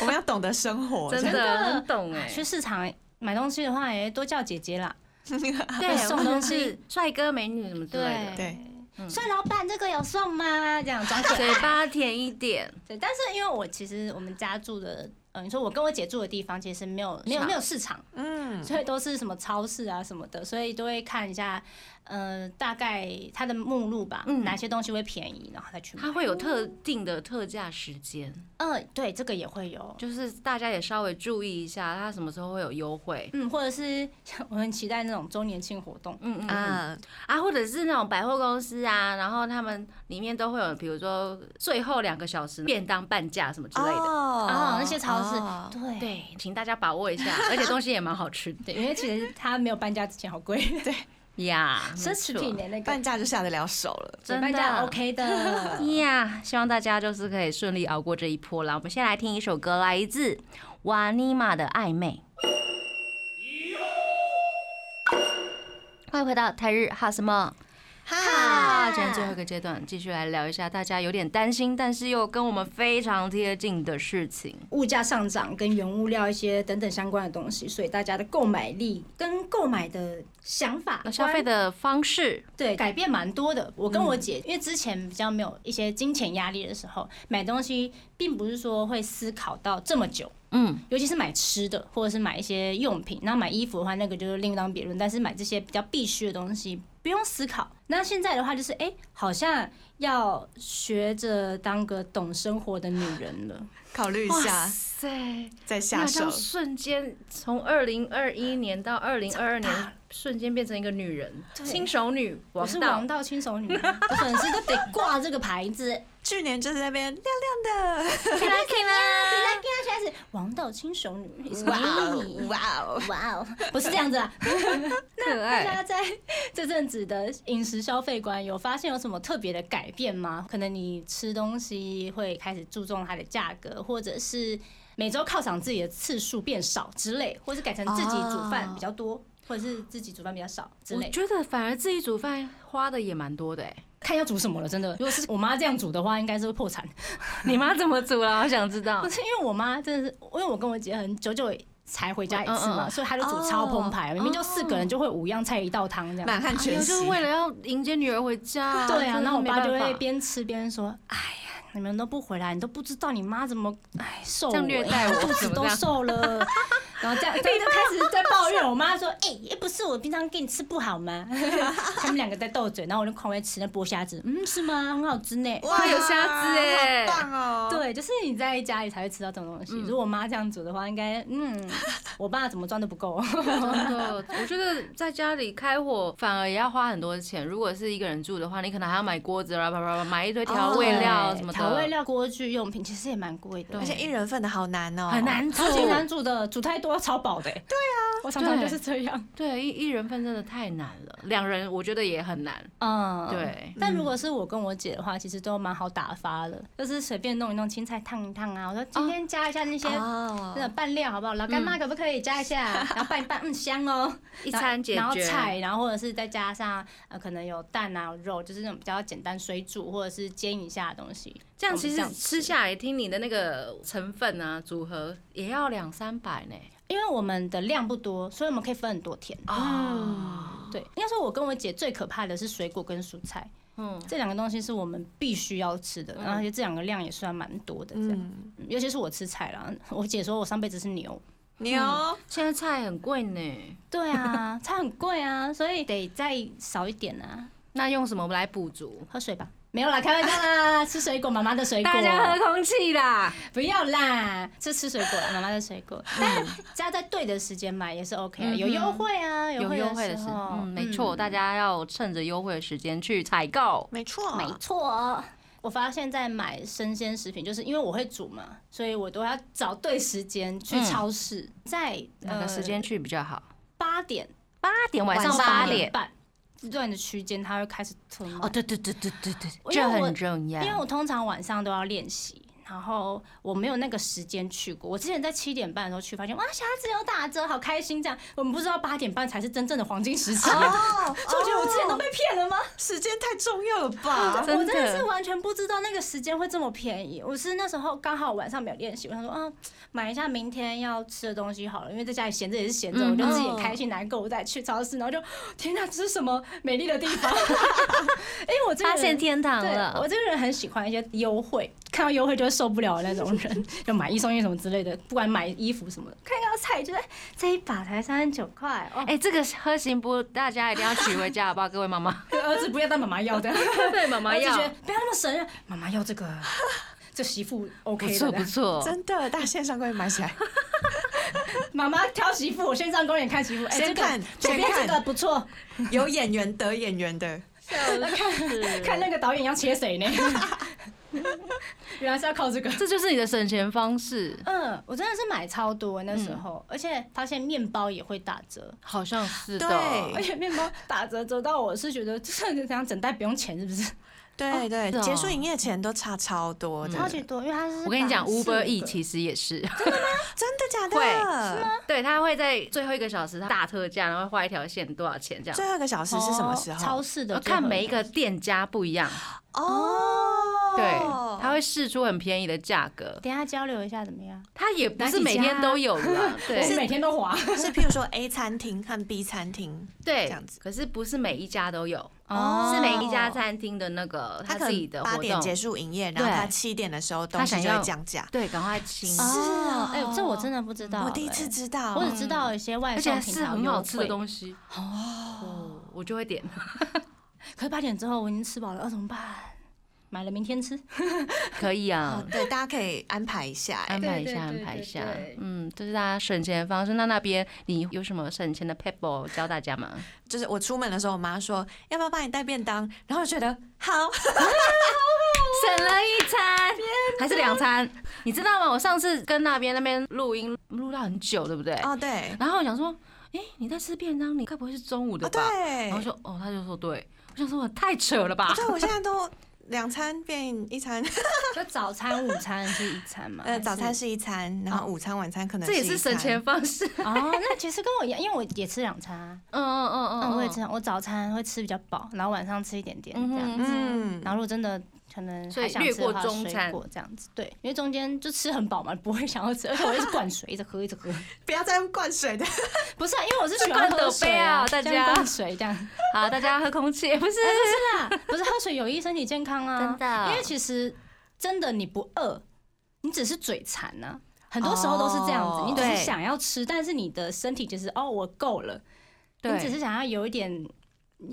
S3: 我们要懂得生活，
S2: 真
S3: 这样
S2: 的很懂 哎。
S4: 去市场买东西的话，也多叫姐姐啦。
S2: 对，
S4: 送
S2: 送
S4: 东
S2: 东
S4: 西
S2: 西，帅哥美女什么之类的，
S3: 对，
S4: 所以老板这个有送吗？这样装可
S2: 嘴
S4: 爱。
S2: 巴甜一点，
S4: 对，但是因为我其实我们家住的，呃，你说我跟我姐住的地方其实没有没有
S2: 是啊
S4: 没有市场，
S3: 嗯，
S4: 所以都是什么超市啊什么的，所以都会看一下，呃，大概它的目录吧，
S2: 嗯
S4: 哪些东西会便宜，然后再去买
S2: 它。会有特定的特价时间，
S4: 嗯、对，这个也会有。
S2: 就是大家也稍微注意一下，它什么时候会有优惠。
S4: 嗯，或者是像我很期待那种周年庆活动，
S2: 嗯嗯嗯
S3: 啊，
S2: 啊，或者是那种百货公司啊，然后他们里面都会有，比如说最后两个小时便当半价什么之类的。
S4: 哦
S3: 哦，
S4: 那些超市
S3: 哦
S4: 对
S2: 对，请大家把握一下，而且东西也蛮好吃
S4: 对，因为其实它没有搬家之前好贵，
S2: 的呀，
S4: 奢侈品
S2: 没错
S4: 的那个
S3: 半价就下得了手了，
S2: 真
S4: 搬家
S2: 的
S4: OK 的。
S2: 呀希望大家就是可以顺利熬过这一波啦。我们先来听一首歌，来自瓦尼玛的暧昧。欢迎回到台日哈什么哈？今天最后一个阶段，继续来聊一下大家有点担心，但是又跟我们非常贴近的事情。
S4: 物价上涨跟原物料一些等等相关的东西，所以大家的购买力跟购买的想法、
S2: 哦那消费
S4: 观
S2: 的方式，
S4: 对改变蛮多的。我跟我姐，
S2: 嗯
S4: 因为之前比较没有一些金钱压力的时候，买东西并不是说会思考到这么久。
S2: 嗯，
S4: 尤其是买吃的，或者是买一些用品，然后买衣服的话，那个就是另当别论。但是买这些比较必须的东西，不用思考。那现在的话，就是哎、诶好像要学着当个懂生活的女人了。
S3: 考虑一
S2: 哇
S3: 下
S2: 塞，
S3: 再
S2: 你好
S3: 下手
S2: 像，瞬间从二零二一年到二零二二年，瞬间变成一个女人，
S4: 对
S2: 新手女
S4: 我
S2: 王
S4: 是
S2: 道
S4: 王。道轻熟女，我粉丝都得挂这个牌子。
S3: 去年就是那边亮 亮的，
S4: 可以啦可以啦，现在是王道轻熟女，哇哦
S3: 哇哦，
S4: 哇哦，不是这样子 啊，
S2: 可
S4: 大
S2: 爱。
S4: 家在这阵子的饮食消费观有发现有什么特别的改变吗？可能你吃东西会开始注重它的价格，或者是每周犒赏自己的次数变少之类，或是改成自己煮饭比较多。或者是自己煮饭比较少之
S2: 我
S4: 类，
S2: 觉得反而自己煮饭花的也蛮多的哎、
S4: 看要煮什么了。真的，如果是我妈这样煮的话，应该是会破产。
S2: 你妈怎么煮啊啦？我想知道
S4: 不。是因为我妈真的是，因为我跟我姐很久久才回家一次
S2: 嗯
S4: 嘛，
S2: 嗯嗯
S4: 所以她就煮超澎湃，明明就四个人就会五样菜一道汤这样。
S3: 满汉
S2: 哎呦
S3: 全
S2: 就是
S3: 席。
S2: 为了要迎接女儿回家。
S4: 对
S2: 真
S4: 啊，
S2: 的
S4: 然后我
S2: 没
S4: 爸就
S2: 办
S4: 会
S2: 法
S4: 边吃边说：“哎呀，你们都不回来，你都不知道你妈怎么哎瘦
S2: 这样虐
S4: 我
S2: 待我
S4: 肚
S2: 怎
S4: 子
S2: 么
S4: 都
S2: 这样
S4: 瘦了。” 然后这样，这样就开始在抱怨。我妈说：“哎、哎不是我平常给你吃不好吗？” 他们两个在斗嘴，然后我就狂喂吃那剥虾子。嗯，是吗？很好吃呢。
S3: 哇
S2: 有虾子耶
S3: 好棒哦！
S4: 对，就是你在家里才会吃到这种东西。如果我妈这样煮的话，应该嗯，我爸怎么赚都不够。
S2: 真的，我觉得在家里开火反而也要花很多钱。如果是一个人住的话，你可能还要买锅子啦，叭叭叭，买一堆调味料
S4: 哦对
S2: 什么的，
S4: 调味料、锅具用品其实也蛮贵的，
S2: 对
S3: 而且一人份的好难哦，
S2: 很。难做
S4: 超。级难煮的，煮太多超饱的、欸。对啊，我常常就是这样。
S2: 对，一一人份真的太难了，两人我觉得也很难。
S4: 嗯，。
S2: 对，
S4: 但如果是我跟我姐的话，其实都蛮好打发的，就是随便弄一弄青菜烫一烫啊。我说今天加一下那些
S3: 哦
S4: 那个拌料好不好？老干妈可不可以加一下？然后拌一拌，嗯，香哦。
S2: 一餐解决。
S4: 然后菜，然后或者是再加上呃，可能有蛋啊、有肉，就是那种比较简单水煮或者是煎一下的东西。
S2: 这样
S4: 我
S2: 其
S4: 们这
S2: 实
S4: 样
S2: 吃下来，听你的那个成分啊组合也要两三百呢。
S4: 因为我们的量不多，所以我们可以分很多天。
S2: 啊，
S4: 对，应该说我跟我姐最可怕的是水果跟蔬菜，
S2: 嗯，
S4: 这两个东西是我们必须要吃的，然后而且这两个量也算蛮多的，这样。
S3: 嗯，
S4: 嗯尤其是我吃菜啦，我姐说我上辈子是牛。
S3: 牛
S2: 现在菜很贵呢，
S4: 对啊，菜很贵啊，所以得再少一点啊。
S2: 那用什么来补足？
S4: 喝水吧，没有啦，开玩笑啦，吃水果，妈妈的水果。
S2: 大家喝空气啦。
S4: 不要啦，吃吃水果，妈妈的水 果，但加在对的时间买也是 OK，
S2: 嗯
S4: 的
S2: 哼
S4: 有优惠啊，
S2: 有优惠的
S4: 时
S2: 时
S4: 候
S2: 候，，嗯，没错，大家要趁着优惠的时间去采购。
S3: 没错，
S4: 没错。我发现，在买生鲜食品，就是因为我会煮嘛，所以我都要找对时间去
S2: 嗯
S4: 超市，在呃
S2: 哪个时间去比较好？
S4: 八点
S2: 八点，晚上
S4: 晚
S2: 呃八
S4: 点
S2: 点。
S4: 半这段的区间，它会开始囤
S2: 哦，啊
S4: 嘛。
S2: 对对对对对对，
S4: 我
S2: 这很重
S4: 因为
S2: 要。
S4: 我通常晚上都要练习，然后我没有那个时间去过。我之前在七点半的时候去，发现哇，虾子有打折，好开心这样。我们不知道八点半才是真正的黄金时期，
S3: 哦，
S4: 就觉得我之前都被骗了吗？
S3: 时间太重要了吧？
S2: 真的
S4: 我真的是完全不知道那个时间会这么便宜。我是那时候刚好晚上没有练习，我想说，嗯，买一下明天要吃的东西好了，因为在家里闲着也是闲着，
S2: 嗯
S4: 我就自己也开心难过，我再去超市，然后就天哪，这是什么美丽的地方？ 因为我这个
S2: 发
S4: 人
S2: 现天堂
S4: 对，我
S2: 了，
S4: 这个人很喜欢一些优惠，看到优惠就会受不了的那种人，就买一送一什么之类的，不管买衣服什么的，看到菜就是哎这一把才三十九块，哦，
S2: 哎，这个喝行不？大家一定要取回家，好不好？各位妈 妈，
S4: 儿子不要当妈妈要的，
S2: 对妈妈
S4: 儿子
S2: 要
S4: 觉，得不要那么神，啊妈妈要这 个，这媳妇
S2: 不
S4: OK
S2: 错
S4: 的
S2: 不
S4: 的，
S2: 错。
S3: 真的，大家线上快买起来，
S4: 妈妈挑媳妇，我先上公园看媳妇，哎，
S3: 先
S4: 这个
S3: 看
S4: 左边
S3: 先看
S4: 这个不错，
S3: 有演员得演员的，
S4: 看那个导演要切 谁呢？原来是要靠这个。
S2: 这就是你的省钱方式，
S4: 嗯，我真的是买超多那时候，而且发现面包也会打折，
S2: 好像是的。
S4: 而
S3: 对
S4: 且面包打折折到我是觉得，这这样整袋不用钱是不是？
S3: 对对
S2: 是，哦
S3: 结束营业前都差超多的，
S4: 超级多，因为它是
S2: 我跟你讲
S4: 绑四个
S2: ，Uber E 其实也是，
S3: 真的假
S2: 会
S3: 的？
S2: 对，他会在最后一个小时大特价，然后画一条线多少钱这样。
S3: 最后一个小时是什么时
S4: 哦超
S3: 候？
S4: 市的最后
S2: 看每一个店家不一样，
S3: 哦，
S2: 对，他会试出很便宜的价格，
S4: 等一下交流一下怎么样？
S2: 它也不是每天都有啦，
S4: 我们
S2: 对
S4: 每天都滑
S3: 是譬如说 A 餐厅和 B 餐厅，这
S2: 对
S3: 样子，
S2: 可是不是每一家都有，
S3: 哦
S2: 是每一家餐厅的那个
S3: 他
S2: 他
S3: 可
S2: 自己
S3: 能
S2: 的
S3: 八
S2: 活
S3: 点结
S2: 动，
S3: 束营业，然后
S2: 对
S3: 他七点的时候东
S2: 他想
S3: 西就会
S2: 要
S3: 降价。
S2: 对，赶快清，
S3: 哦
S4: 哎，这我真的不知道，
S3: 我第一次
S4: 哎，
S3: 知道，
S4: 我只知道一些外
S2: 而且
S4: 送
S2: 是
S4: 平台
S2: 很好吃的
S4: 西。
S2: 东西哦，我就会点，
S4: 可是八点之后我已经吃饱了，哦那怎么办？买了明天 吃，
S2: 可以
S3: 哦
S2: 啊，。
S3: 对，大家可以安排一下。哎
S2: 安排一
S4: 对对
S2: 下，安
S4: 对
S2: 排一
S4: 对
S2: 下
S4: 对，
S2: 嗯，这是大家省钱的方式。那那边你有什么省钱的 pebble 教大家吗？
S3: 就是我出门的时候，我妈说要不要帮你带便当，然后我觉得好，
S2: 省了一餐还是两餐， 你知道吗？我上次跟那边那边录音录到很久，对不对？
S3: 哦，对，
S2: 然后我想说，哎，你在吃便当，你该不会是中午的
S3: 哦
S2: 吧？
S3: 对
S2: 然后，说，哦，他就说对，我想说我太扯了吧？
S3: 对，我现在都两餐变一餐，
S4: 就早餐、午餐是一餐嘛？
S3: 呃，
S4: 还是
S3: 早餐是一餐，然后午餐、晚餐可能
S2: 这也
S3: 是
S2: 是
S3: 一
S2: 省
S3: 餐
S2: 钱方式。 嗯
S4: 哦，那其实跟我一样，因为我也吃两餐啊，
S2: 嗯嗯
S4: 嗯，我也吃，我早餐会吃比较饱，然后晚上吃一点点
S2: 嗯
S4: 这
S2: 哼
S4: 样子，
S3: 嗯
S4: 然后如果真的。可能
S2: 所以
S4: 还想
S2: 略
S4: 吃的话
S2: 过中餐
S4: 水果这样子，对，因为中间就吃很饱嘛，不会想要吃，而且我一直灌水，一直喝，一直喝。
S3: 不要再用灌水的，
S4: 不是、啊，因为我是喜欢喝水啊，
S2: 这罐德杯啊大家
S4: 这样灌水这样。
S2: 好，大家喝空气， 不是
S4: 不是啦，不是喝水有益身体健康啊，
S2: 真的
S4: 因为其实真的你不饿，你只是嘴馋呢、很多时候都是这样子
S2: 哦
S4: 你只
S2: 对
S4: 是想要吃，但是你的身体就是哦，我够了，你只是想要有一点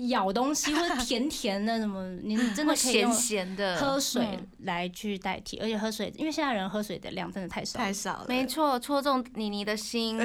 S4: 咬东西或者甜甜的什么，你真
S2: 或
S4: 的可以
S2: 咸
S4: 用
S2: 咸的
S4: 喝水
S2: 嗯
S4: 来去代替，而且喝水，因为现在人喝水的量真的太少了，
S2: 嗯
S3: 太少了。
S2: 没错，戳中妮妮的心，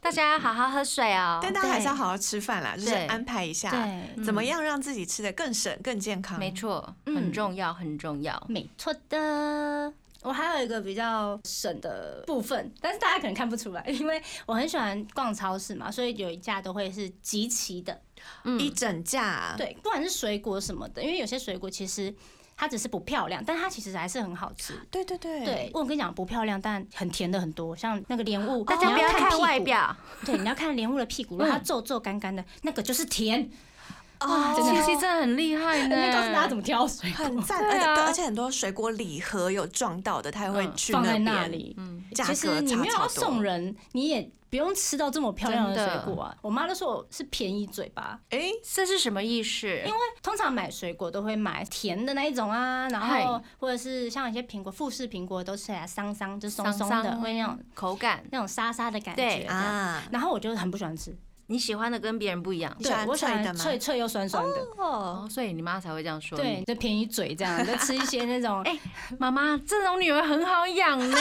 S2: 大家好好喝水哦。
S3: 但大家还是要
S4: 对
S3: 好好吃饭啦，就是
S2: 对
S3: 安排一下，
S4: 对，
S2: 嗯
S3: 怎么样让自己吃的更省、更健康。
S2: 没错，
S4: 嗯
S2: 很重要，很重要。
S4: 没错的。我还有一个比较省的部分，但是大家可能看不出来，因为我很喜欢逛超市嘛，所以有一架都会是集齐的，
S2: 嗯
S3: 一整架，
S4: 对，不管是水果什么的，因为有些水果其实它只是不漂亮，但它其实还是很好吃。
S3: 对对对
S4: 对，我跟你讲，不漂亮但很甜的很多，像那个莲雾，
S2: 大家
S4: 你
S2: 哦不要
S4: 看屁
S2: 看哦
S4: 股
S2: 外，表，
S4: 对，你要看莲雾的屁股，如果它皱皱干干的，那个就是甜。
S3: 啊，
S4: 真的
S2: 七七真的很厉害呢
S4: 那。告诉大家怎么挑水果，
S3: 很赞，而
S2: 对
S3: 且
S2: 啊
S3: 而且很多水果礼盒有撞到的，他也会
S2: 嗯
S3: 去
S4: 放在
S3: 边
S4: 那，里。
S2: 嗯，
S3: 价
S4: 其
S3: 格
S4: 实你
S3: 差
S4: 没有
S3: 超
S4: 要
S3: 多
S4: 送。人，你也不用吃到这么漂亮
S2: 真的
S4: 的水果啊。我妈都说我是便宜嘴巴，
S3: 哎，
S2: 这是什么意思？因为
S4: 通常买水果都会买甜的那一种啊，然后或者是像一些苹果，富士苹果都吃起来桑桑，就松松的，会那种
S2: 口感，
S4: 那种沙沙的感觉
S2: 对
S4: 这样。
S3: 啊，
S4: 然后我就很不喜欢吃，
S2: 你喜欢的跟别人不一样
S3: 你喜欢
S4: 对我喜
S3: 脆的
S4: 欢
S3: 吗
S4: 脆脆又酸酸的，
S2: 哦，所以你妈才会这样说。
S4: 对，，就便宜嘴 这样，就吃一些那种。
S2: 哎妈妈这种女儿很好养 呢。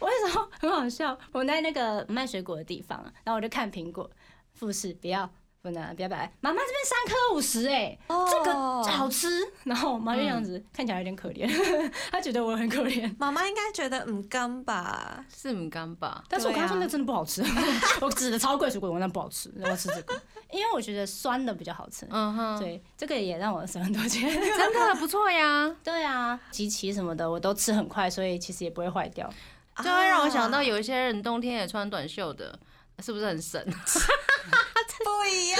S4: 我那时候很好笑，我在那个卖水果的地方，啊然后我就看苹果，富士不要。不能，不要摆。妈妈这边三颗五十哎，这个
S3: 哦
S4: 好吃。然后我妈就这样子，
S2: 嗯
S4: 看起来有点可怜， 她觉得我很可怜。
S3: 妈妈应该觉得嗯刚吧，
S2: 是母干吧？
S4: 但是我
S3: 对
S4: 跟她说
S3: 啊
S4: 那真的不好吃，我指的超贵水果，我那不好吃，我要吃这个， 因为我觉得酸的比较好吃。
S2: 嗯 哼，
S4: 对，这个也让我省很多钱。
S2: 真的不错呀。
S4: 对啊，集齐什么的我都吃很快，所以其实也不会坏掉。
S2: 就会让我想
S4: 啊
S2: 到有一些人冬天也穿短袖的，是不是很 神？
S3: 不一样，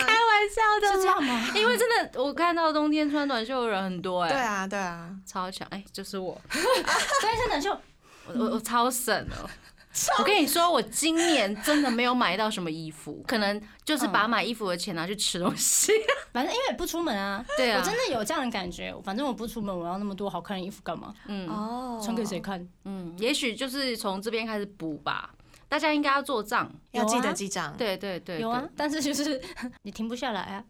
S2: 开玩笑
S4: 嗯是这
S2: 的啦，
S4: 样吗？
S2: 因为真的我看到冬天穿短袖的人很多哎、
S3: 对啊对啊，
S2: 超强哎、就是我，
S4: 所以真的就
S2: 我我我超省 哦。我跟你说，我今年真的没有买到什么衣服，可能就是
S4: 嗯
S2: 把买衣服的钱拿去吃东西。
S4: 反正因为也不出门啊，
S2: 对啊
S4: 我真的有这样的感觉，反正我不出门，我要那么多好看的衣服干嘛？
S2: 嗯
S3: 哦
S4: 穿给谁？看？
S2: 嗯，也许就是从这边开始补吧。大家应该要做账，
S3: 要
S4: 有
S3: 记得
S4: 啊
S3: 记账，
S2: 对对对
S4: 有啊
S2: 对，
S4: 但是就是 你停不下来啊。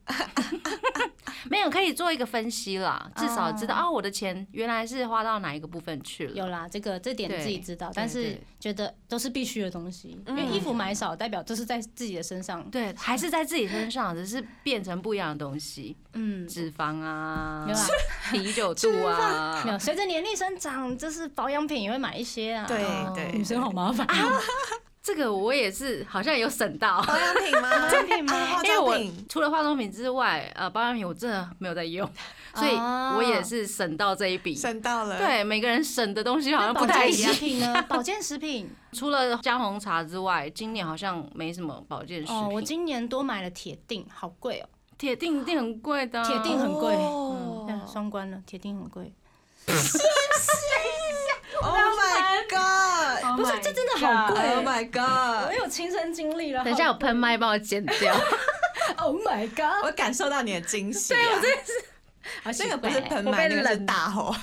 S2: 没有可以做一个分析啦，至少知道
S4: 哦
S2: 哦，我的钱原来是花到哪一个部分去了。
S4: 有啦，这个这点
S2: 对
S4: 自己知道
S2: 对，
S4: 但是
S2: 对
S4: 觉得都是必须的东西，因
S3: 嗯
S4: 为衣服买少代表都是在自己的身上。
S2: 对，还是在自己身上，只是变成不一样的东西，
S4: 嗯，
S2: 脂肪啊
S4: 没有，啦，
S2: 啤酒肚 啊
S4: 没，有。随着年龄生长，就是保养品也会买一些啊。
S3: 对
S2: 哦
S3: 对，
S4: 女生好麻烦 啊。
S2: 这个我也是好像有省到，
S3: 保养品吗？
S4: 保养品吗
S3: 啊化
S2: 因为
S3: 妆
S2: 我
S3: 品
S2: 除了化妆品之外，呃，保养品我真的没有在 用，所以
S4: 哦
S2: 我也是省到这一笔。
S3: 省到了，，
S2: 对，每个人省的东西好像
S4: 保
S2: 不太
S4: 健
S2: 一样
S4: 食。品呢？保健食 品
S2: 除了姜红茶之外，今年好像没什么保健食
S4: 哦，我
S2: 品。
S4: 今年多买了铁定，好贵哦。
S2: 铁定一定很贵嗯的啊，
S4: 铁定很贵
S3: 哦
S4: 对啊双关了，铁定很贵。
S3: Oh my god！
S4: 不是这真的好贵
S3: Oh my
S4: 我
S3: god！
S4: 有亲身经历了。
S2: 等一下我喷麦帮我剪 掉。
S4: ，Oh my god！
S3: 我感受到你的惊喜、啊，对我这
S4: 好奇
S3: 哦
S4: 怪
S3: 那个不是喷
S2: 我
S3: 麦，
S2: 被
S3: 那个是
S2: 冷
S3: 大吼。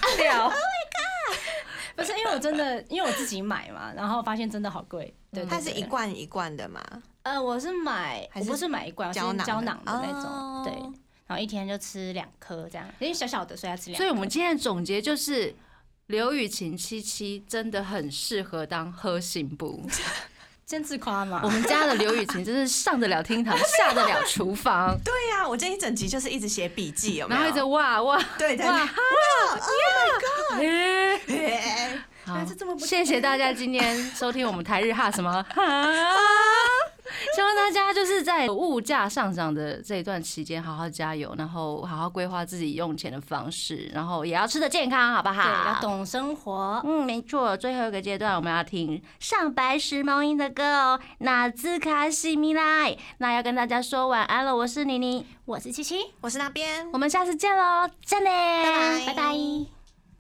S4: 不是因为我真的， 因为我自己买嘛，然后发现真的好贵。对，对
S3: 嗯它是一。
S4: 对
S3: 罐一罐的嘛，
S4: 呃，我是买，
S3: 还
S4: 我
S3: 是
S4: 不是买一罐，我是
S3: 胶囊的
S4: 胶囊的那种，
S3: 哦
S4: 对。然后一天就吃两颗这样，因为小小的，所以要吃两颗。
S2: 所以我们今天的总结就是，刘雨晴七七真的很适合当核心部。
S4: 真自夸嘛
S2: 我。们家的刘雨晴真是上得了厅堂，下得了厨房，
S3: 对啊呀、我这一整集就是一直写笔记，有没
S2: 然
S3: 有？
S2: 后一直哇哇
S3: 对对
S2: 哇
S3: 对
S2: 哈
S3: ，Oh
S2: 耶！
S3: 哎
S2: 好
S4: 这么，不
S2: 谢谢大家今天收听我们台日哈什么哈。希望大家就是在物价上涨的这一段期间，好好加油，然后好好规划自己用钱的方式，然后也要吃的健康，好不好？
S4: 对，要懂生活。
S2: 嗯，没错，最后一个阶段我们要听上白石萌音的歌哦，《那兹卡西米莱》。那要跟大家说晚安了，我是妮妮，
S4: 我是七七，
S3: 我是那边，
S2: 我们下次见喽，再见，
S3: 拜
S2: 拜
S3: 拜
S2: 拜。